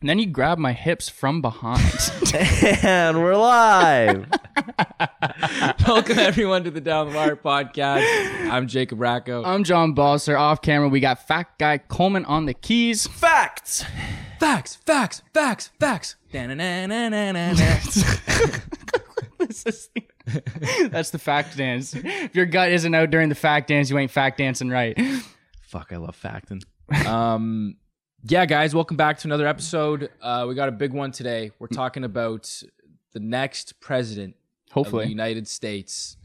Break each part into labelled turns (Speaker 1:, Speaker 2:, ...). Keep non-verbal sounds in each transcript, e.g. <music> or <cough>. Speaker 1: And then you grab my hips from behind. <laughs>
Speaker 2: <laughs>
Speaker 3: And we're live.
Speaker 2: Welcome everyone to the Down the Wire podcast. I'm Jacob Racco.
Speaker 1: I'm John Balser. Off camera, we got fat guy Coleman on the keys. <laughs>
Speaker 3: Facts.
Speaker 2: facts, facts, facts, facts. Da-na-na-na-na-na.
Speaker 1: This is- That's the fact dance. If your gut isn't out during the fact dance, you ain't fact dancing right.
Speaker 2: Fuck, I love facting. Um, yeah, guys, welcome back to another episode. Uh, we got a big one today. We're talking about the next president of the
Speaker 1: Hopefully.
Speaker 2: United States.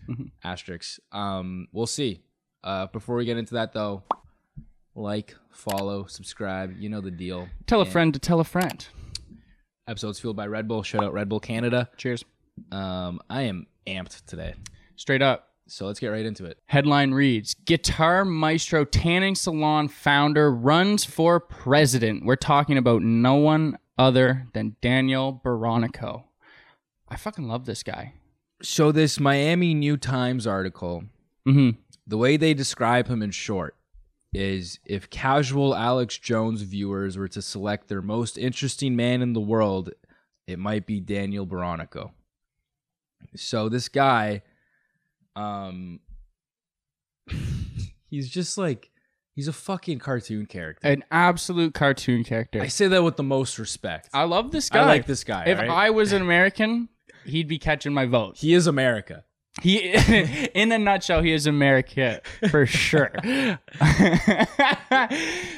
Speaker 2: Asterisks. Um, we'll see. Uh, before we get into that though, like, follow, subscribe. You know the deal.
Speaker 1: Tell a friend to tell a friend.
Speaker 2: Episodes fueled by Red Bull. Shout out Red Bull Canada.
Speaker 1: Cheers.
Speaker 2: Um, I am amped today.
Speaker 1: Straight up.
Speaker 2: So let's get right into it.
Speaker 1: Headline reads Guitar Maestro Tanning Salon founder runs for president. We're talking about no one other than Daniel Baronico. I fucking love this guy.
Speaker 2: So this Miami New Times article,
Speaker 1: hmm
Speaker 2: the way they describe him in short is if casual Alex Jones viewers were to select their most interesting man in the world, it might be Daniel Baronico. So this guy um <laughs> he's just like he's a fucking cartoon character.
Speaker 1: An absolute cartoon character.
Speaker 2: I
Speaker 1: I,
Speaker 2: say that with the most respect. I,
Speaker 1: love this guy.
Speaker 2: like this guy.
Speaker 1: If
Speaker 2: all right?
Speaker 1: I was an American, he'd be catching my vote.
Speaker 2: he is
Speaker 1: <gasps>
Speaker 2: America.
Speaker 1: He, <laughs> in a nutshell, he is America for sure. <laughs>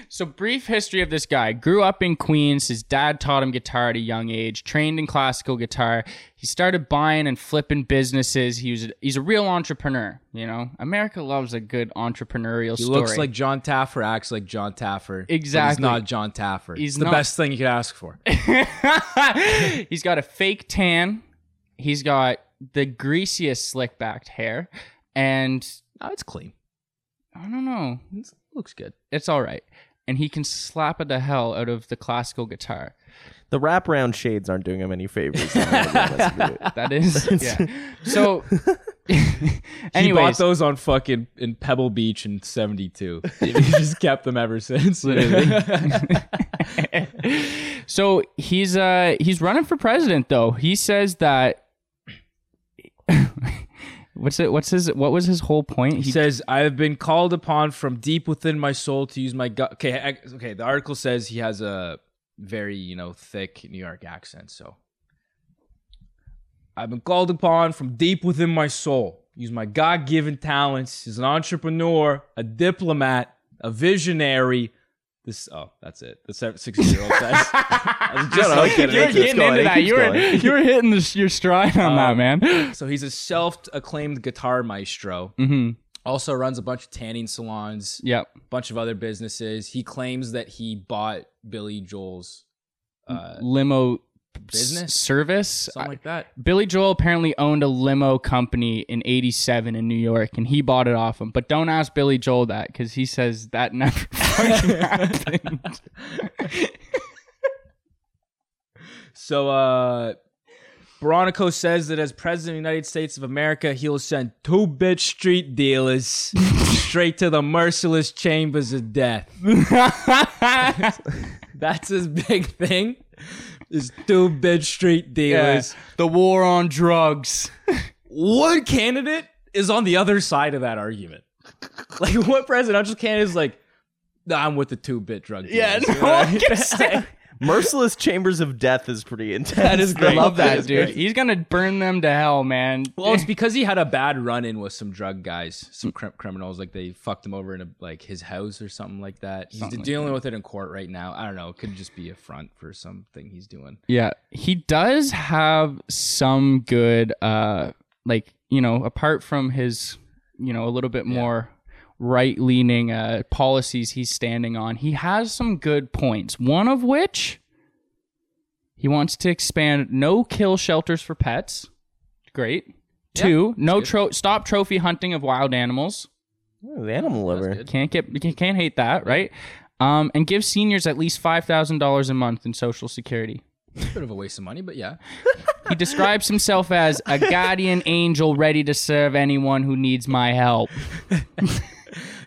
Speaker 1: so, brief history of this guy. Grew up in Queens. His dad taught him guitar at a young age. Trained in classical guitar. He started buying and flipping businesses. He was he's a real entrepreneur. You know, America loves a good entrepreneurial
Speaker 2: He
Speaker 1: story.
Speaker 2: looks like John Taffer, acts like John Taffer. but He's
Speaker 1: Exactly.
Speaker 2: not John Taffer.
Speaker 1: He's
Speaker 2: He's the
Speaker 1: not-
Speaker 2: best thing you could ask
Speaker 1: <laughs>
Speaker 2: for.
Speaker 1: he's got a fake tan. He's got the greasiest slick backed hair, and
Speaker 2: No, it's clean.
Speaker 1: I don't know.
Speaker 2: It looks good.
Speaker 1: it's all right. And he can slap the hell out of the classical guitar.
Speaker 3: The wraparound shades aren't doing him any favors. <laughs> I'm gonna be honest with you.
Speaker 1: That
Speaker 2: <laughs>
Speaker 1: is, yeah. So, <laughs>
Speaker 2: He bought
Speaker 1: anyways,
Speaker 2: those on fucking in Pebble Beach in '72. <laughs> he just kept them ever since. <laughs>
Speaker 1: <laughs> so he's uh he's running for president though. He says that. <laughs> what's it? What's his? What was his whole point?
Speaker 2: he
Speaker 1: He,
Speaker 2: says, "I have been called upon from deep within my soul to use my gut." Okay, I- okay. The article says he has a very you know thick New York accent, so I've been called upon from deep within my soul. Use my God-given talents as an entrepreneur, a diplomat, a visionary. This oh, that's it. The sixty-year-old says. I was just
Speaker 3: No, no,
Speaker 2: like
Speaker 3: get it.
Speaker 1: you're
Speaker 3: It keeps
Speaker 1: getting
Speaker 3: going,
Speaker 1: into
Speaker 3: it
Speaker 1: that.
Speaker 3: keeps
Speaker 1: You were <laughs>
Speaker 3: going.
Speaker 1: you were hitting the, your stride on that, man.
Speaker 2: So he's a self-acclaimed guitar maestro.
Speaker 1: Mm-hmm.
Speaker 2: Also runs a bunch of tanning salons,
Speaker 1: Yep.
Speaker 2: a bunch of other businesses. He claims that he bought Billy Joel's uh,
Speaker 1: Limo s-
Speaker 2: business?
Speaker 1: service. Uh,
Speaker 2: something like that.
Speaker 1: Billy Joel apparently owned a limo company in 87 in New York and he bought it off him. But don't ask Billy Joel that because he says that never <laughs> fucking happened.
Speaker 2: So uh Baronico says that as president of the United States of America, he'll send two bitch street <laughs> dealers straight to the merciless chambers of death. That's his big thing. Is two bitch street dealers.
Speaker 1: The war on drugs.
Speaker 2: what candidate is on the other side of that argument? Like, what presidential candidate is like, "Nah, I'm with the two bit drug dealers?
Speaker 1: Yeah,
Speaker 2: You
Speaker 1: no
Speaker 2: know what I
Speaker 1: one can say.
Speaker 3: Merciless Chambers of Death is pretty intense.
Speaker 2: That is
Speaker 1: I
Speaker 2: great.
Speaker 1: love that,
Speaker 3: is
Speaker 1: dude.
Speaker 3: great.
Speaker 1: He's going to burn them to hell, man.
Speaker 2: Well, it's because he had a bad run in with some drug guys, some cr- criminals. Like they fucked him over in a, like his house or something like that. He's
Speaker 1: Something like
Speaker 2: dealing with it in court right now. I don't know. It could just be a front for something he's doing.
Speaker 1: Yeah, he does have some good, uh, like you know, apart from his, you know, a little bit more right leaning uh, policies he's standing on. He has some good points. One of which he wants to expand no kill shelters for pets. Great.
Speaker 2: Yeah,
Speaker 1: Two, no
Speaker 2: good.
Speaker 1: tro- stop trophy hunting of wild animals.
Speaker 3: Ooh, the animal lover.
Speaker 2: good.
Speaker 1: Can't get can't- can't hate that, right? Um, and give seniors at least five thousand dollars a month in social security.
Speaker 2: It's a bit of a waste of money, but yeah.
Speaker 1: He describes himself as a guardian angel ready to serve anyone who needs my help.
Speaker 2: <laughs>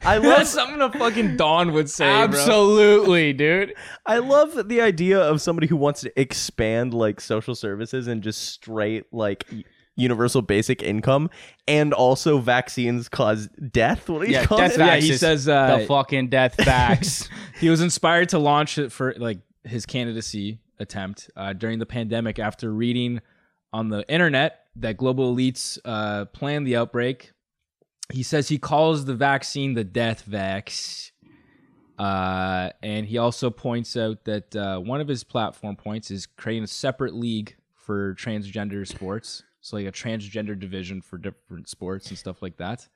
Speaker 3: I
Speaker 4: That's
Speaker 3: love
Speaker 4: something a fucking Don would
Speaker 1: Ah,
Speaker 4: say, bro.
Speaker 1: Absolutely, dude.
Speaker 3: I love the idea of somebody who wants to expand like social services and just straight like u- universal basic income and also vaccines cause death. What do you
Speaker 1: Yeah,
Speaker 3: call
Speaker 1: death
Speaker 3: it?
Speaker 1: vac-
Speaker 2: Yeah, he
Speaker 1: Axis,
Speaker 2: says uh,
Speaker 1: the fucking death facts.
Speaker 2: <laughs> he was inspired to launch it for like his candidacy attempt uh, during the pandemic after reading on the internet that global elites uh, planned the outbreak. He says he calls the vaccine the death vax. Uh, and he also points out that uh, one of his platform points is creating a separate league for transgender sports. So, like a transgender division for different sports and stuff like that.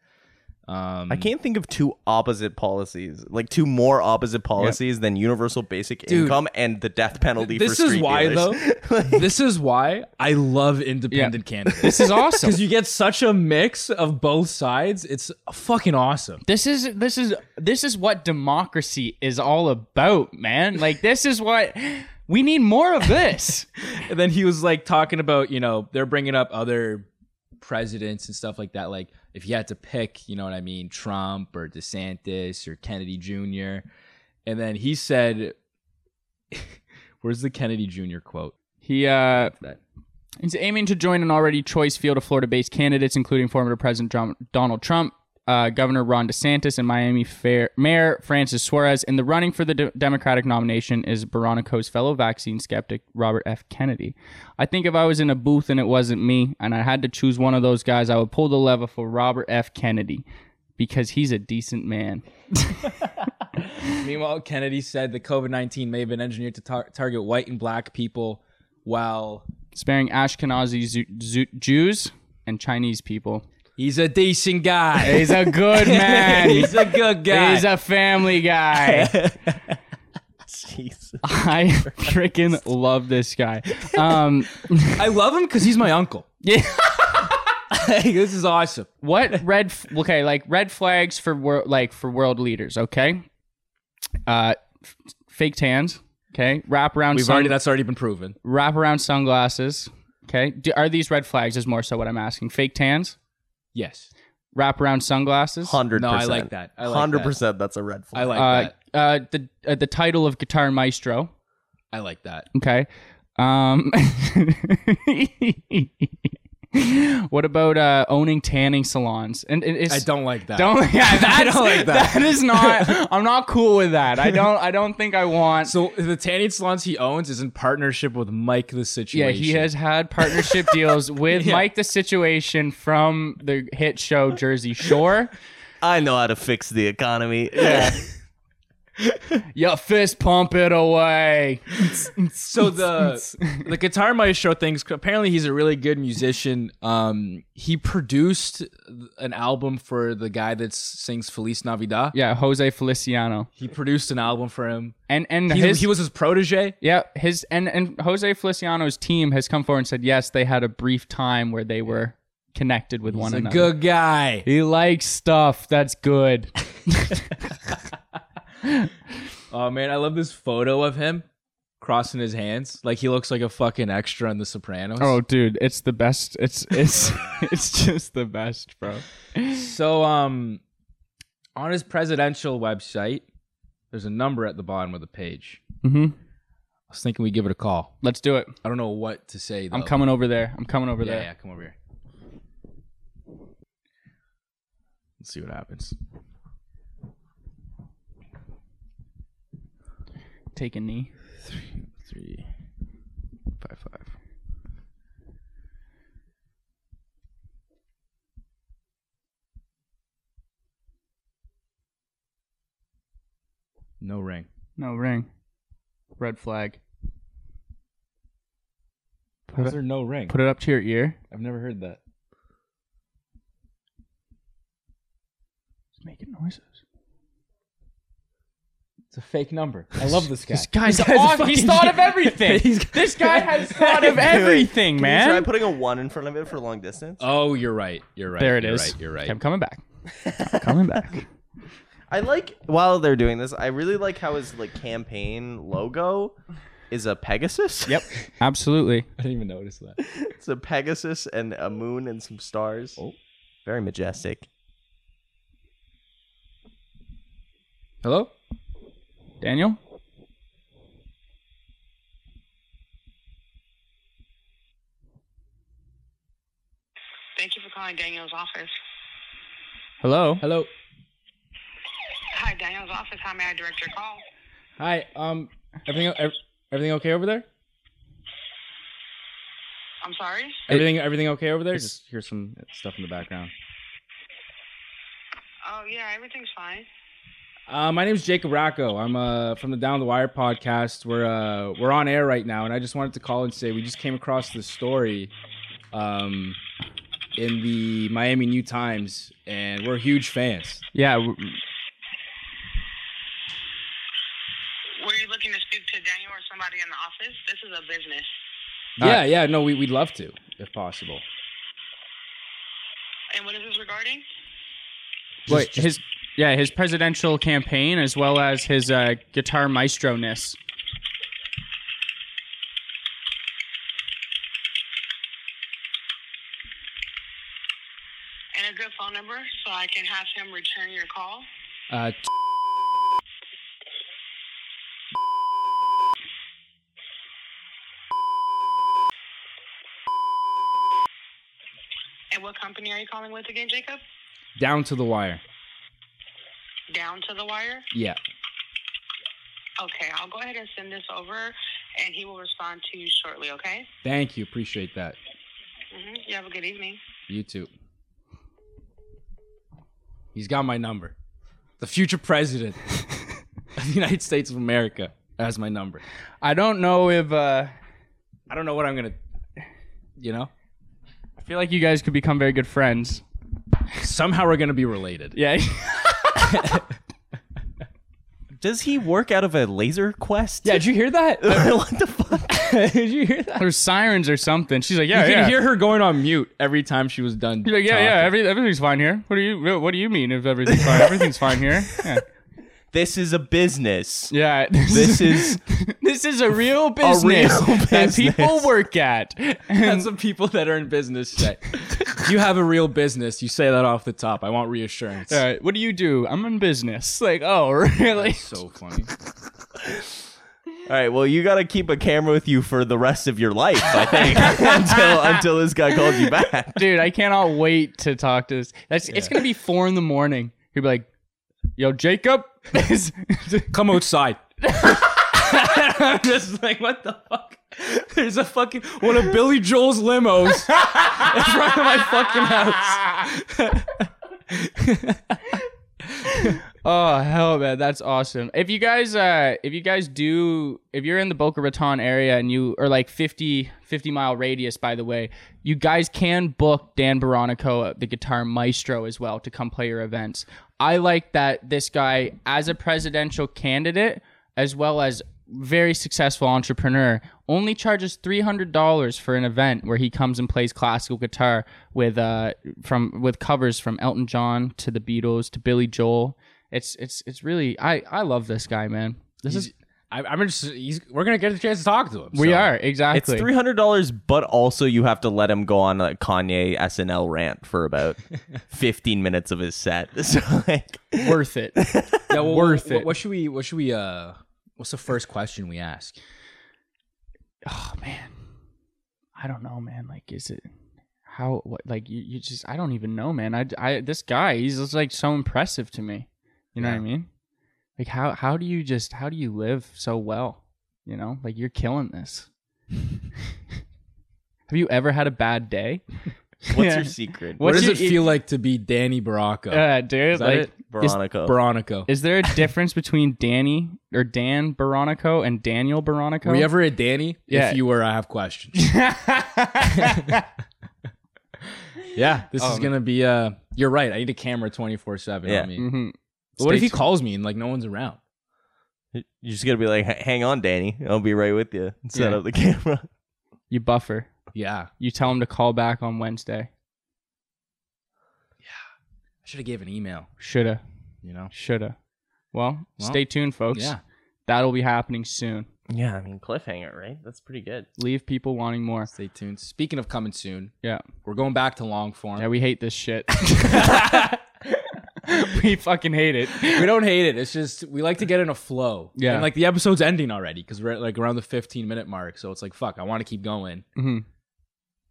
Speaker 2: Um,
Speaker 3: I can't think of two opposite policies, like two more opposite policies than universal basic income and the death penalty
Speaker 2: This
Speaker 3: for
Speaker 2: is
Speaker 3: street
Speaker 2: why,
Speaker 3: <laughs> dealers.
Speaker 2: <laughs> though. this is why I love independent
Speaker 1: <laughs>
Speaker 2: candidates <laughs>
Speaker 1: this is awesome.
Speaker 2: because you get such a mix of both sides. It's fucking awesome.
Speaker 1: This is this is this is what democracy is all about, man. Like this is what we need more of this.
Speaker 2: And then he was like talking about, you know, they're bringing up other presidents and stuff like that. Like if you had to pick, you know what I mean, Trump or DeSantis or Kennedy Jr. And then he said, <laughs> "Where's the Kennedy Jr. quote?"
Speaker 1: He uh he's aiming to join an already choice field of Florida-based candidates, including former President Drum- Donald Trump, uh, Governor Ron DeSantis, and Miami Fair- Mayor Francis Suarez. In the running for the de- Democratic nomination is Baronico's fellow vaccine skeptic Robert F. Kennedy. I think if I was in a booth and it wasn't me, and I had to choose one of those guys, I would pull the lever for Robert F. Kennedy because he's a decent man.
Speaker 2: Meanwhile, Kennedy said the COVID 19 may have been engineered to tar- target white and black people while
Speaker 1: Sparing Ashkenazi Zu- Zu- Jews and Chinese people.
Speaker 2: he's a decent guy.
Speaker 1: He's a good <laughs> man.
Speaker 2: he's a good guy.
Speaker 1: He's a family
Speaker 2: <laughs>
Speaker 1: guy.
Speaker 3: Jeez.
Speaker 1: I freaking love this guy. Um,
Speaker 2: I love him because he's my uncle. <laughs>
Speaker 1: yeah.
Speaker 2: Like, this is awesome.
Speaker 1: What red? F- okay, like red flags for wor- like for world leaders. Okay. Uh, f- fake tans. Okay. Wrap around.
Speaker 2: We've
Speaker 1: sun-
Speaker 2: already, that's already been proven.
Speaker 1: wrap around sunglasses. Okay. Do, are these red flags? Is more so what I'm asking. Fake tans.
Speaker 2: Yes.
Speaker 1: Wrap around sunglasses.
Speaker 3: Hundred
Speaker 2: No,
Speaker 3: percent.
Speaker 2: I like that. I like
Speaker 3: Hundred
Speaker 2: that.
Speaker 3: percent. That's a red flag.
Speaker 2: I like
Speaker 1: Uh,
Speaker 2: that.
Speaker 1: uh, the uh, the title of guitar maestro.
Speaker 2: I like that.
Speaker 1: Okay. Um, <laughs> what about uh, owning tanning salons? And it- it's,
Speaker 2: I don't like that.
Speaker 1: don't <laughs> yeah,
Speaker 2: <laughs> I
Speaker 1: that's,
Speaker 2: don't like that.
Speaker 1: That is not. I'm not cool with that. I don't. I don't think I want.
Speaker 2: <laughs> So the tanning salons he owns is in partnership with Mike the
Speaker 1: yeah,
Speaker 2: Situation.
Speaker 1: he has had
Speaker 2: <laughs>
Speaker 1: partnership deals with
Speaker 2: Yeah.
Speaker 1: Mike the Situation from the hit show Jersey Shore.
Speaker 3: I know how to fix the economy. <laughs> Yeah.
Speaker 1: Your fist pump it away.
Speaker 2: so the the guitar maestro things apparently he's a really good musician um he produced an album for the guy that sings feliz navidad
Speaker 1: Yeah, Jose Feliciano
Speaker 2: he produced an album for him
Speaker 1: and and
Speaker 2: he,
Speaker 1: his
Speaker 2: he was his protege
Speaker 1: Yeah, his and and Jose Feliciano's team has come forward and said yes, they had a brief time where they were connected with one
Speaker 2: he's a
Speaker 1: another.
Speaker 2: good guy
Speaker 1: He likes stuff that's
Speaker 2: <laughs>
Speaker 1: good.
Speaker 2: oh man i love this photo of him crossing his hands like he looks like a fucking extra in the sopranos
Speaker 1: Oh, dude, it's the best. It's it's <laughs> it's just the best, bro.
Speaker 2: So, um, on his presidential website, there's a number at the bottom of the page.
Speaker 1: Mhm.
Speaker 2: I was thinking we give it a call.
Speaker 1: Let's do it.
Speaker 2: I don't know what to say. Though.
Speaker 1: I'm coming over there. I'm coming over
Speaker 2: Yeah,
Speaker 1: there.
Speaker 2: Oh. yeah, come over here. Let's see what happens.
Speaker 1: Take a knee.
Speaker 2: Three, five, five. No ring.
Speaker 1: No ring. Red flag.
Speaker 2: Is there no ring?
Speaker 1: Put it up to your ear.
Speaker 2: I've never heard that.
Speaker 1: It's making noises.
Speaker 2: It's a fake number.
Speaker 1: <laughs>
Speaker 2: I love this guy.
Speaker 1: This guy's off. He's thought of everything.
Speaker 2: <laughs> He's-
Speaker 1: this guy has thought
Speaker 2: <laughs>
Speaker 1: of everything, man.
Speaker 3: Try putting a one in front of it for long distance.
Speaker 2: Oh, you're right. You're right.
Speaker 1: There it
Speaker 2: you're
Speaker 1: is.
Speaker 2: Right, you're right.
Speaker 1: Okay, I'm coming back. I'm coming back.
Speaker 3: I like while they're doing this. I really like how his like campaign logo is a
Speaker 1: <laughs>
Speaker 3: Pegasus. <laughs> Yep,
Speaker 1: Absolutely.
Speaker 2: I didn't even notice that.
Speaker 3: it's a Pegasus and a moon and some stars. Oh, very majestic.
Speaker 1: Hello? Daniel?
Speaker 5: Thank you for calling Daniel's office.
Speaker 1: Hello?
Speaker 2: Hello.
Speaker 5: Hi, Daniel's office. How may I direct your call?
Speaker 1: Hi. Um everything ev- everything okay over there?
Speaker 5: I'm sorry.
Speaker 1: Everything everything okay over there? Just hear some stuff in the background.
Speaker 5: Oh yeah, everything's fine.
Speaker 2: Uh, my name's Jacob Racco. I'm uh, from the Down the Wire podcast. We're uh, we're on air right now, and I just wanted to call and say we just came across this story um, in the Miami New Times, and we're huge fans.
Speaker 1: Yeah, w-
Speaker 5: Were you looking to speak to Daniel or somebody in the office? This is a business.
Speaker 1: All
Speaker 2: yeah, yeah. No, we, we'd love to, if possible.
Speaker 5: And what is this regarding?
Speaker 1: Wait, his yeah, his presidential campaign as well as his uh, guitar maestro ness.
Speaker 5: And a good phone number so I can have him return your call.
Speaker 2: Uh,
Speaker 5: And what company are you calling with again, Jacob?
Speaker 2: down to the wire.
Speaker 5: Down to the wire.
Speaker 2: Yeah.
Speaker 5: Okay, I'll go ahead and send this over, and he will respond to you shortly. Okay.
Speaker 2: Thank you. Appreciate that.
Speaker 5: hmm You have a good evening.
Speaker 2: You too. He's got my number. The future president of the United States of America has my number.
Speaker 1: I don't know if uh,
Speaker 2: I don't know what I'm gonna, you know.
Speaker 1: I feel like you guys could become very good friends.
Speaker 2: Somehow we're gonna be related.
Speaker 1: <laughs> Yeah.
Speaker 3: Does he work out of a laser quest? <laughs>
Speaker 2: Yeah, did you hear
Speaker 1: <laughs>
Speaker 2: that?
Speaker 3: what the fuck?
Speaker 2: did you hear that?
Speaker 1: or sirens or something. She's like, yeah,
Speaker 2: you
Speaker 1: yeah.
Speaker 2: could hear her going on mute every time she was done.
Speaker 1: She's like, yeah, yeah.
Speaker 2: talking.
Speaker 1: Every, everything's fine here. What do you What do you mean if everything's fine? everything's fine here. Yeah.
Speaker 3: <laughs> This is a business.
Speaker 1: <laughs> Yeah.
Speaker 3: This is
Speaker 1: <laughs> this is a real business <laughs> that
Speaker 3: business.
Speaker 1: people work <laughs> at.
Speaker 2: That's the people that are in business
Speaker 1: <laughs>
Speaker 2: say. you have a real business. You say that off the top. I want reassurance.
Speaker 1: All right, what do you do? I'm in business. Like, oh, <laughs> really?
Speaker 2: So funny.
Speaker 3: all right. Well, you gotta keep a camera with you for the rest of your life, I <laughs> think, until until this guy calls you back.
Speaker 1: dude i cannot wait to talk to this that's it's gonna be four in the morning he'll be like yo jacob <laughs> is
Speaker 2: Come outside. <laughs> I'm just like, what the fuck? There's a fucking one of Billy Joel's limos in front of my fucking house.
Speaker 1: oh hell man that's awesome if you guys uh if you guys do if you're in the boca raton area and you are like 50 50 mile radius by the way you guys can book dan baronico uh, the guitar maestro as well to come play your events i like that this guy as a presidential candidate as well as very successful entrepreneur only charges $300 for an event where he comes and plays classical guitar with uh from with covers from Elton John to the Beatles to Billy Joel it's it's it's really I I love this guy man this
Speaker 2: He's-
Speaker 1: is
Speaker 2: I, I'm just. He's, we're gonna get a chance to talk to him.
Speaker 1: we
Speaker 2: so.
Speaker 1: are
Speaker 3: It's
Speaker 1: exactly
Speaker 3: three hundred dollars, but also you have to let him go on a Kanye SNL rant
Speaker 1: <laughs>
Speaker 3: for about fifteen minutes of his set. <laughs> So like, <laughs>
Speaker 1: worth it
Speaker 2: Yeah, well,
Speaker 1: Worth
Speaker 2: what,
Speaker 1: it.
Speaker 2: What should we? What should we? Uh, what's the first question we ask?
Speaker 1: oh man I don't know man like is it how what like you, you just I don't even know man I I this guy he's just like so impressive to me you know what I
Speaker 2: Yeah.
Speaker 1: mean like how how do you just how do you live so well you know like you're killing this <laughs> have you ever had a bad day
Speaker 3: what's
Speaker 1: Yeah.
Speaker 3: your secret,
Speaker 1: What
Speaker 2: what does
Speaker 1: you
Speaker 2: it
Speaker 1: eat-
Speaker 2: feel like to be Danny Baracco?
Speaker 1: Uh, dude,
Speaker 2: Is that
Speaker 1: like,
Speaker 2: it? <laughs>
Speaker 3: Veronica?
Speaker 2: Baronico.
Speaker 1: Uh, is there a difference between Danny or Dan Baronico and Daniel Baronico?
Speaker 2: Were
Speaker 1: <laughs>
Speaker 2: you ever a Danny?
Speaker 1: Yeah.
Speaker 2: If you were, I
Speaker 1: <laughs>
Speaker 2: have questions. <laughs> yeah, this is
Speaker 1: Um,
Speaker 2: gonna be. Uh, you're right. I need a camera 24 seven
Speaker 3: Yeah.
Speaker 2: on me.
Speaker 1: Mhm.
Speaker 2: What if
Speaker 1: Stay
Speaker 2: he calls me and like no one's around?
Speaker 3: you just gotta be like, "H- hang on, Danny, I'll be right with you. and Set
Speaker 1: Yeah.
Speaker 3: up the camera.
Speaker 1: You buffer.
Speaker 2: Yeah,
Speaker 1: You tell him to call back on Wednesday.
Speaker 2: I should have gave an email.
Speaker 1: Shoulda,
Speaker 2: You know.
Speaker 1: shoulda. Well,
Speaker 2: Well,
Speaker 1: stay tuned, folks.
Speaker 2: Yeah.
Speaker 1: That'll be happening soon.
Speaker 3: Yeah, I mean cliffhanger, right? That's pretty good. <laughs>
Speaker 1: Leave people wanting more.
Speaker 2: Stay tuned. Speaking of coming soon,
Speaker 1: Yeah.
Speaker 3: <laughs>
Speaker 2: we're going back to long form.
Speaker 1: Yeah, we hate this shit. <laughs> we fucking hate it.
Speaker 2: <laughs> we don't hate it. It's just we like to get in a flow.
Speaker 1: Yeah.
Speaker 2: And like the episode's ending already because we're at like around the 15 minute mark. So it's like, fuck, I want to keep going.
Speaker 1: Mhm.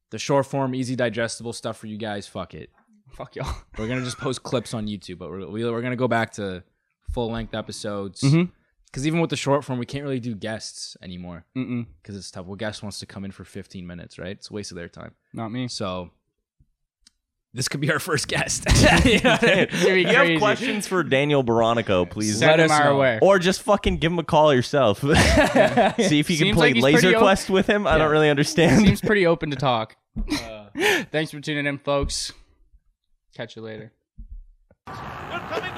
Speaker 2: The short form, easy digestible stuff for you guys. Fuck it.
Speaker 1: Fuck y'all.
Speaker 2: We're gonna just post clips on YouTube, but we're we, we're gonna go back to full length episodes.
Speaker 1: Mhm.
Speaker 2: Cause even with the short form, we can't really do guests anymore
Speaker 1: Mm-mm,
Speaker 2: because it's tough. Well, guest wants to come in for 15 minutes, right? It's a waste of their time.
Speaker 1: not me.
Speaker 2: So this could be our first guest.
Speaker 1: <laughs>
Speaker 2: <laughs>
Speaker 1: It'd be
Speaker 3: If you
Speaker 1: crazy.
Speaker 3: have questions for Daniel Baronico, please.
Speaker 1: Send
Speaker 2: Let
Speaker 1: them
Speaker 2: us
Speaker 1: our
Speaker 2: know.
Speaker 1: way. <laughs>
Speaker 3: Or just fucking give him a call yourself. <laughs> See if you can
Speaker 1: Seems
Speaker 3: play
Speaker 1: like he's
Speaker 3: Laser
Speaker 1: pretty o-
Speaker 3: Quest with him. I don't really understand.
Speaker 1: <laughs> Seems pretty open to
Speaker 3: <laughs>
Speaker 1: talk.
Speaker 3: Uh.
Speaker 1: Thanks for tuning in, folks. Catch you later.
Speaker 6: You're coming